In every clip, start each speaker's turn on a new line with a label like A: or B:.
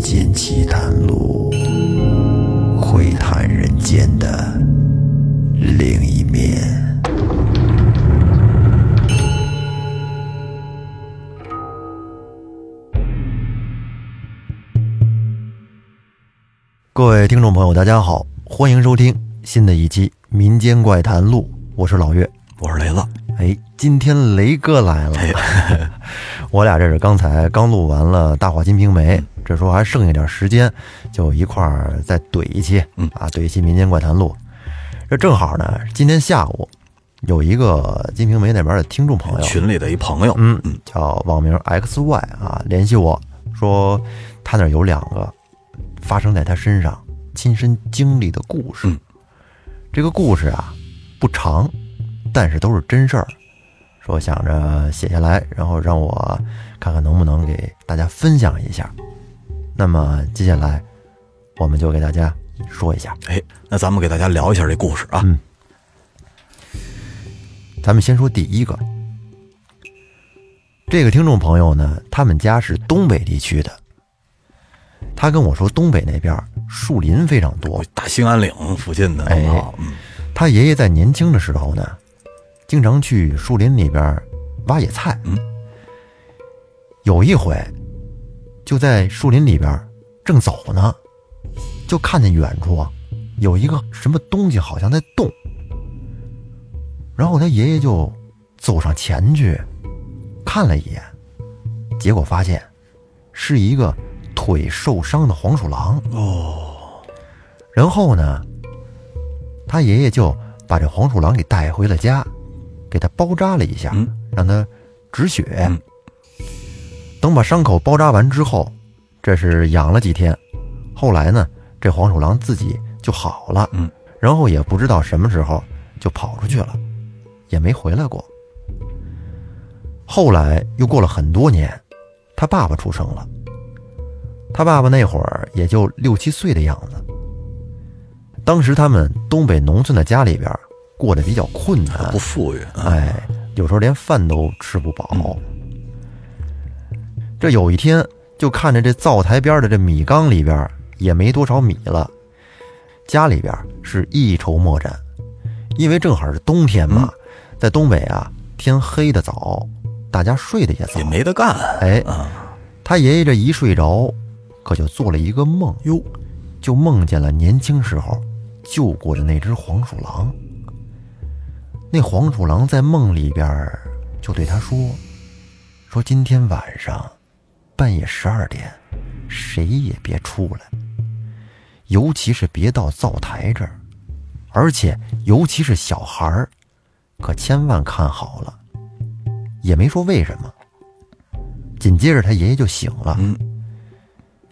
A: 间奇谈录》，会谈人间的另一面。各位听众朋友，大家好，欢迎收听新的一期《民间怪谈录》，我是老岳。
B: 我是雷子，哎
A: 哎，今天雷哥来了， 我俩这是刚才刚录完了《大话金瓶梅》，
B: 嗯
A: 这时候还剩下点时间，就一块儿再怼一期，
B: 嗯
A: 啊，怼一期《民间怪谈录》。这正好呢，今天下午有一个金瓶梅那边的听众朋友，
B: 群里的一朋友，
A: 嗯，叫网名 X Y 啊，联系我说他那儿有两个发生在他身上亲身经历的故事。
B: 嗯
A: 这个故事啊不长，但是都是真事儿。说想着写下来，然后让我看看能不能给大家分享一下。那么接下来我们就给大家说一下。
B: 哎，那咱们给大家聊一下这故事啊。
A: 嗯咱们先说第一个，这个听众朋友呢，他们家是东北地区的。他跟我说，东北那边儿树林非常多。
B: 大兴安岭附近的，
A: 哎
B: 好嗯，
A: 他爷爷在年轻的时候呢，经常去树林里边儿挖野菜。
B: 嗯
A: 有一回，就在树林里边儿正走呢，就看见远处啊有一个什么东西好像在动，然后他爷爷就走上前去看了一眼，结果发现是一个腿受伤的黄鼠狼。哦，然后呢，他爷爷就把这黄鼠狼给带回了家，给它包扎了一下，
B: 嗯
A: 让它止血。
B: 嗯
A: 等把伤口包扎完之后，这是养了几天，后来呢，这黄鼠狼自己就好了，
B: 嗯，
A: 然后也不知道什么时候就跑出去了，也没回来过。后来又过了很多年，他爸爸出生了，他爸爸那会儿也就六七岁的样子。当时他们东北农村的家里边儿过得比较困难，
B: 不富裕，嗯
A: 哎，有时候连饭都吃不饱。这有一天，就看着这灶台边的这米缸里边也没多少米了，家里边是一筹莫展，因为正好是冬天嘛，
B: 嗯
A: 在东北啊，天黑的早，大家睡得也早
B: 也。没得干。
A: 哎，
B: 啊，
A: 他爷爷这一睡着，可就做了一个梦，
B: 哟，
A: 就梦见了年轻时候救过的那只黄鼠狼。那黄鼠狼在梦里边儿就对他说：“说今天晚上半夜十二点，谁也别出来，尤其是别到灶台这儿，而且尤其是小孩儿，可千万看好了。”也没说为什么。紧接着他爷爷就醒了，
B: 嗯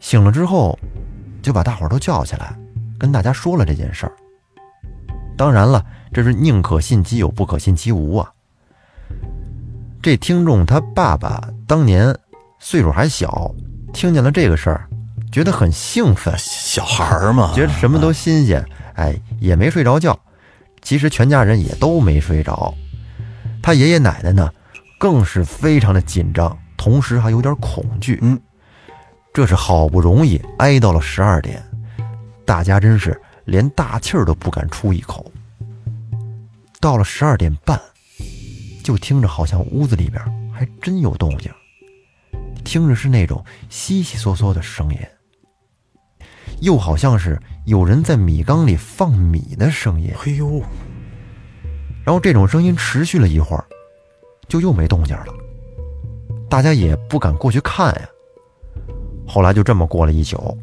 A: 醒了之后，就把大伙儿都叫起来，跟大家说了这件事儿。当然了，这是宁可信其有，不可信其无啊。这听众他爸爸当年岁数还小，听见了这个事儿，觉得很兴奋，
B: 小孩儿嘛，
A: 觉得什么都新鲜，哎，也没睡着觉。其实全家人也都没睡着，他爷爷奶奶呢，更是非常的紧张，同时还有点恐惧。
B: 嗯，
A: 这是好不容易挨到了十二点，大家真是连大气儿都不敢出一口。到了十二点半，就听着好像屋子里边还真有动静，听着是那种悉悉嗦嗦的声音，又好像是有人在米缸里放米的声音。
B: 哎呦，
A: 然后这种声音持续了一会儿，就又没动静了。大家也不敢过去看呀。后来就这么过了一宿。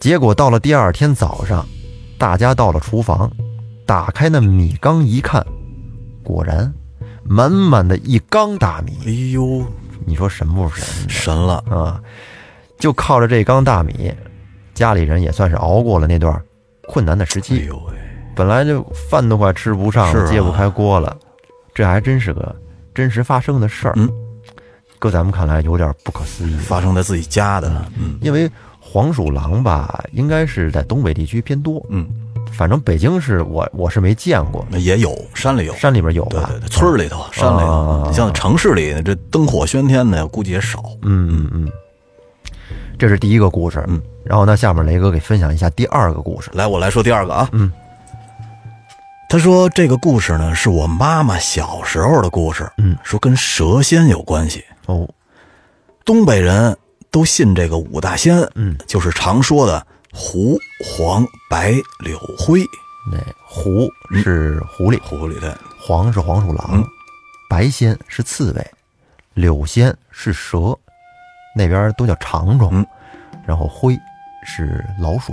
A: 结果到了第二天早上，大家到了厨房，打开那米缸一看，果然满满的一缸大米。
B: 哎呦，
A: 你说神不神？
B: 神了，
A: 啊，就靠着这缸大米，家里人也算是熬过了那段困难的时
B: 哎
A: 期。
B: 呦喂，
A: 本来就饭都快吃不上
B: 是
A: 了，
B: 啊
A: 揭不开锅了，这还真是个真实发生的事儿。
B: 嗯，
A: 搁咱们看来有点不可思议，
B: 发生在自己家的，嗯
A: 因为黄鼠狼吧，应该是在东北地区偏多，
B: 嗯，
A: 反正北京是我我是没见过，
B: 那也有，山里有，
A: 山里边有
B: 对
A: 吧？
B: 对对，村儿里头，山里
A: 啊
B: 头，你像城市里这灯火喧天的，估计也少。
A: 嗯嗯嗯。嗯这是第一个故事。
B: 嗯，
A: 然后呢，下面雷哥给分享一下第二个故事。
B: 来，我来说第二个啊。
A: 嗯，
B: 他说这个故事呢是我妈妈小时候的故事，
A: 嗯，
B: 说跟蛇仙有关系。
A: 哦，
B: 东北人都信这个五大仙，
A: 嗯，
B: 就是常说的狐、黄、白、柳、灰。
A: 那狐是狐狸，
B: 狐狸的，
A: 黄是黄鼠狼，
B: 嗯
A: 白仙是刺猬，柳仙是蛇，那边都叫长虫，
B: 嗯
A: 然后灰是老鼠。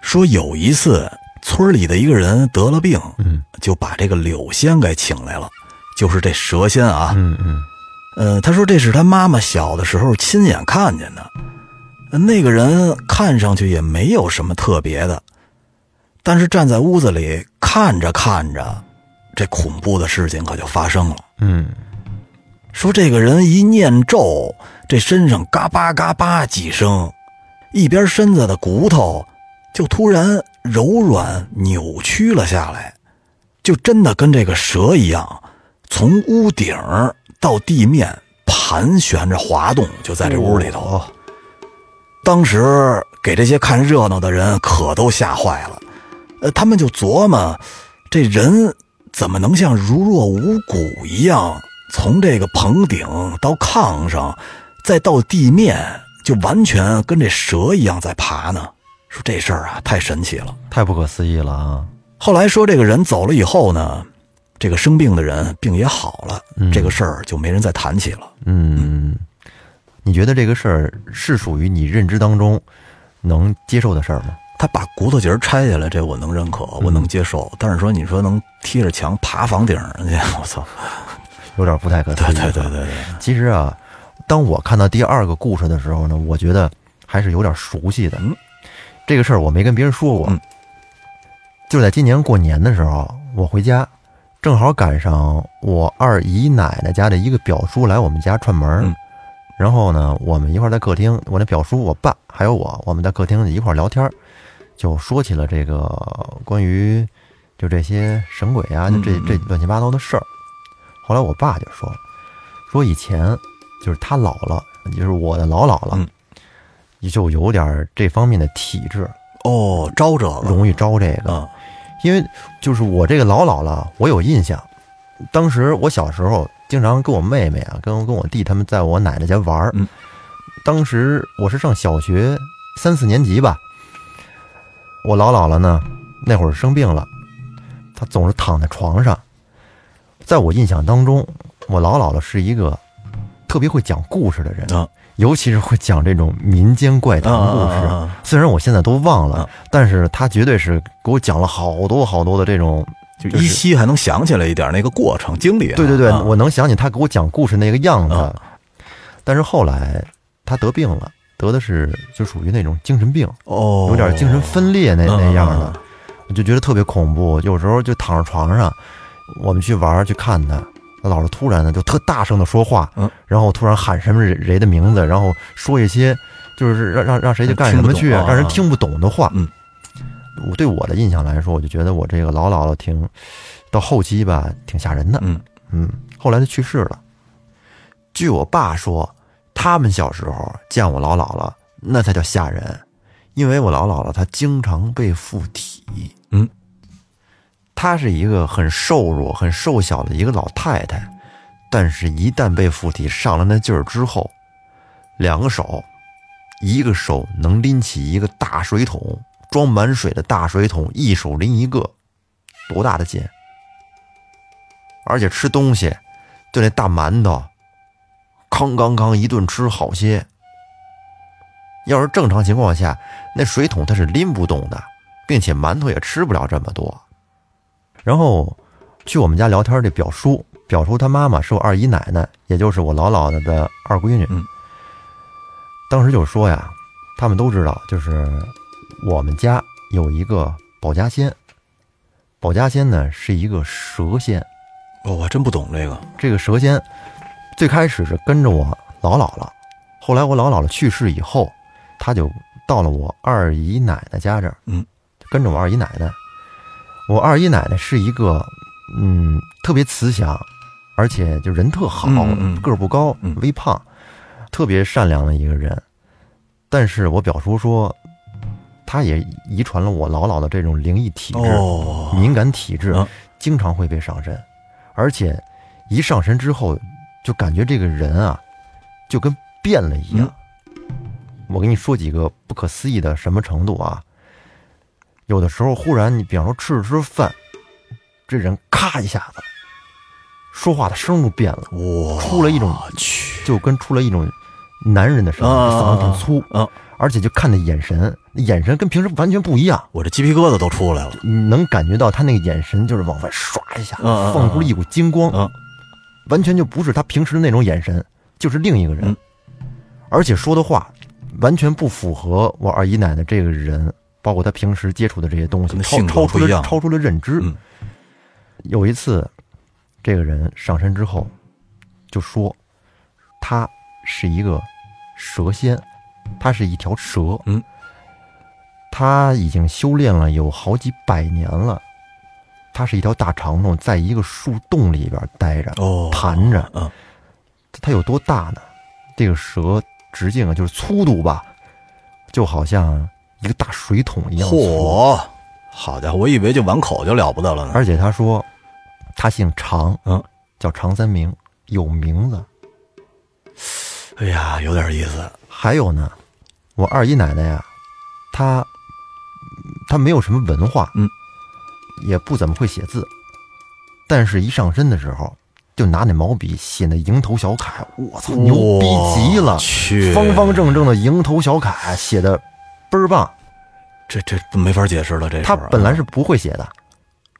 B: 说有一次村里的一个人得了病，
A: 嗯
B: 就把这个柳仙给请来了，就是这蛇仙啊。
A: 嗯嗯，
B: 呃，他说这是他妈妈小的时候亲眼看见的。呃那个人看上去也没有什么特别的，但是站在屋子里看着看着，这恐怖的事情可就发生了。
A: 嗯，
B: 说这个人一念咒，这身上嘎巴嘎巴几声，一边身子的骨头就突然柔软扭曲了下来，就真的跟这个蛇一样，从屋顶儿到地面盘旋着滑动，就在这屋里头。
A: 哦
B: 当时给这些看热闹的人可都吓坏了，呃，他们就琢磨，这人怎么能像如若无骨一样，从这个棚顶到炕上，再到地面，就完全跟这蛇一样在爬呢？说这事儿啊，太神奇了。
A: 太不可思议了啊！
B: 后来说这个人走了以后呢，这个生病的人病也好了，这个事儿就没人再谈起了。
A: 嗯，你觉得这个事儿是属于你认知当中能接受的事儿吗？
B: 他把骨头节儿拆下来，这我能认可，我能接受。但是说，你说能贴着墙爬房顶上去， 我操！
A: 有点不太可思
B: 对
A: 议。
B: 对对对对，
A: 其实啊，当我看到第二个故事的时候呢，我觉得还是有点熟悉的。
B: 嗯
A: 这个事儿我没跟别人说过，
B: 嗯
A: 就是在今年过年的时候，我回家，正好赶上我二姨奶奶家的一个表叔来我们家串门儿。
B: 嗯
A: 然后呢，我们一块儿在客厅，我那表叔、我爸还有我，我们在客厅里一块儿聊天儿，就说起了这个关于就这些神鬼啊，就
B: 嗯
A: 这
B: 嗯
A: 这乱七八糟的事儿。后来我爸就说，说以前就是他姥姥，就是我的老姥姥
B: 嗯，
A: 也就有点儿这方面的体质，
B: 哦，招这个
A: 容易招这个。
B: 啊，
A: 因为就是我这个老姥姥，我有印象，当时我小时候经常跟我妹妹啊，跟我跟我弟他们在我奶奶家玩儿。
B: 嗯
A: 当时我是上小学三四年级吧，我老姥姥呢那会儿生病了，她总是躺在床上。在我印象当中，我老姥姥是一个特别会讲故事的人，
B: 啊
A: 尤其是会讲这种民间怪谈故事。
B: 啊啊啊啊
A: 虽然我现在都忘了，
B: 啊
A: 但是他绝对是给我讲了好多好多的这种，
B: 就
A: 就是
B: 依稀还能想起来一点那个过程经历啊。
A: 对对对，
B: 啊
A: 我能想起他给我讲故事那个样子。
B: 啊
A: 但是后来他得病了，得的是就属于那种精神病，
B: 哦，
A: 有点精神分裂那、那样的。
B: 嗯，嗯
A: 我就觉得特别恐怖。有时候就躺在床上，我们去玩儿去看他，他老是突然的就特大声的说话，
B: 嗯
A: 然后突然喊什么人谁的名字，然后说一些就是让让让谁去干什么去，
B: 听不懂啊
A: 让人听不懂的话。
B: 嗯，
A: 我对我的印象来说，我就觉得我这个老姥姥挺到后期吧，挺吓人的。
B: 嗯
A: 嗯，后来他去世了。据我爸说，他们小时候见我老姥姥，那才叫吓人，因为我老姥姥她经常被附体。
B: 嗯，
A: 她是一个很瘦弱、很瘦小的一个老太太，但是，一旦被附体上了那劲儿之后，两个手，一个手能拎起一个大水桶，装满水的大水桶，一手拎一个，多大的劲！而且吃东西，就那大馒头，康康康一顿吃好些。要是正常情况下，那水桶它是拎不动的，并且馒头也吃不了这么多。然后去我们家聊天儿这表叔，表叔他妈妈是我二姨奶奶，也就是我老姥姥的二闺女。
B: 嗯
A: 当时就说呀，他们都知道，就是我们家有一个保家仙，保家仙呢是一个蛇仙。
B: 哦我还真不懂这个。
A: 这个蛇仙最开始是跟着我老姥姥，后来我老姥姥去世以后，他就到了我二姨奶奶家这儿，
B: 嗯，
A: 跟着我二姨奶奶。我二姨奶奶是一个，嗯，特别慈祥，而且就人特好，
B: 嗯嗯嗯
A: 个儿不高
B: 嗯，
A: 微胖，特别善良的一个人，但是我表叔说，他也遗传了我姥姥的这种灵异体质、
B: 哦，
A: 敏感体质
B: 嗯，
A: 经常会被上身，而且一上身之后，就感觉这个人啊，就跟变了一
B: 嗯
A: 样。我跟你说几个不可思议的什么程度啊？有的时候忽然，你比方说吃着吃着饭，这人咔一下子，说话的声都变了。
B: 我
A: 出了一种
B: 去
A: 就跟出了一种男人的声音，
B: 啊
A: 嗓子挺粗，
B: 啊！
A: 而且就看的眼神，眼神跟平时完全不一样，
B: 我这鸡皮疙瘩都出来了。
A: 能感觉到他那个眼神就是往外唰一下，
B: 啊啊啊
A: 放出了一股金光，
B: 啊
A: 完全就不是他平时的那种眼神，就是另一个人，
B: 嗯
A: 而且说的话完全不符合我二姨奶奶这个人，包括她平时接触的这些东西，
B: 跟她
A: 超
B: 性格
A: 超出
B: 不一
A: 了
B: 样
A: 超出了认知。
B: 嗯
A: 有一次，这个人上身之后就说，他是一个蛇仙，他是一条蛇，
B: 嗯，
A: 他已经修炼了有好几百年了。他是一条大长虫，在一个树洞里边待着，
B: 哦，
A: 盘着，
B: 嗯，
A: 它有多大呢？这个蛇直径啊，就是粗度吧，就好像一个大水桶一样粗。
B: 嚯，好家伙，我以为就碗口就了不得了呢。
A: 而且他说，他姓常，
B: 嗯，
A: 叫常三明，有名字。
B: 哎呀，有点意思。
A: 还有呢，我二姨奶奶呀，她她没有什么文化，
B: 嗯，
A: 也不怎么会写字，但是一上身的时候，就拿那毛笔写那蝇头小楷，我操，牛逼极了
B: 我！去，
A: 方方正正的蝇头小楷写的倍儿棒。
B: 这这没法解释了，这事
A: 他
B: 儿啊
A: 本来是不会写的，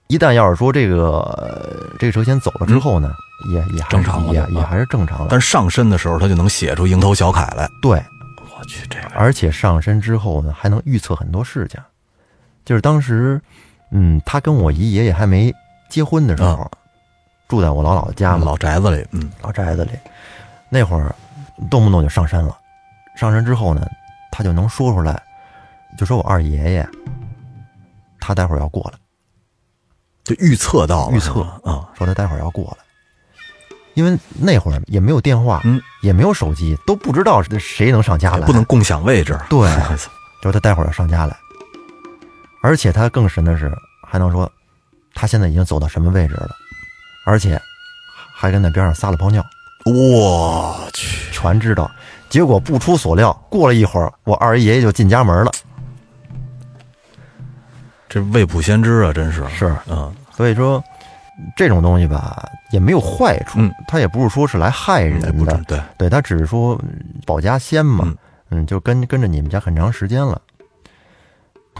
A: 一旦要是说这个呃这个蛇仙走了之后呢，也也还是
B: 正常了
A: 也
B: 就
A: 也
B: 啊
A: 还是正常的。
B: 但是上身的时候他就能写出蝇头小楷来。
A: 对，
B: 我去，这个
A: 而且上身之后呢，还能预测很多事情。就是当时，嗯，他跟我姨爷爷还没结婚的时候，住在我姥姥的家嘛，
B: 啊老宅子里，嗯，
A: 老宅子里，那会儿动不动就上山了。上山之后呢，他就能说出来，就说我二爷爷，他待会儿要过来，
B: 就预测到了，
A: 预测
B: 是吧啊，
A: 说他待会儿要过来。因为那会儿也没有电话，
B: 嗯
A: 也没有手机，都不知道谁能上家
B: 也
A: 来，
B: 不能共享位置。
A: 对
B: 哎
A: 就是他待会儿要上家来。而且他更神的是，还能说他现在已经走到什么位置了，而且还跟那边上撒了泡尿，
B: 我去，
A: 全知道。结果不出所料，过了一会儿，我二爷爷就进家门了。
B: 这未卜先知啊，真是
A: 是，
B: 嗯，
A: 所以说这种东西吧，也没有坏处，
B: 嗯
A: 它也不是说是来害人
B: 哎不
A: 的，
B: 准对，
A: 对，它只是说嗯保家仙嘛，嗯就跟跟着你们家很长时间了。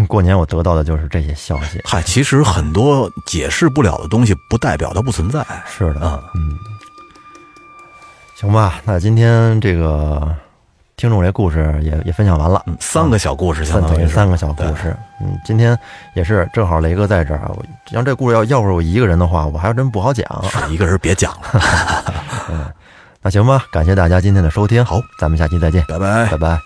A: 过年我得到的就是这些消息，
B: 嗨，其实很多解释不了的东西，不代表它不存在。
A: 是的，
B: 嗯
A: 嗯，行吧，那今天这个听众这故事也也分享完了。
B: 嗯，三个小故事相
A: 算
B: 当
A: 等
B: 于
A: 于
B: 是
A: 三个小故事，嗯，今天也是正好雷哥在这儿啊，我像这故事要要是我一个人的话，我还真不好讲。
B: 是一个人别讲了，
A: 那行吧，感谢大家今天的收听，
B: 好，哎
A: 咱们下期再见，
B: 拜拜
A: 拜。拜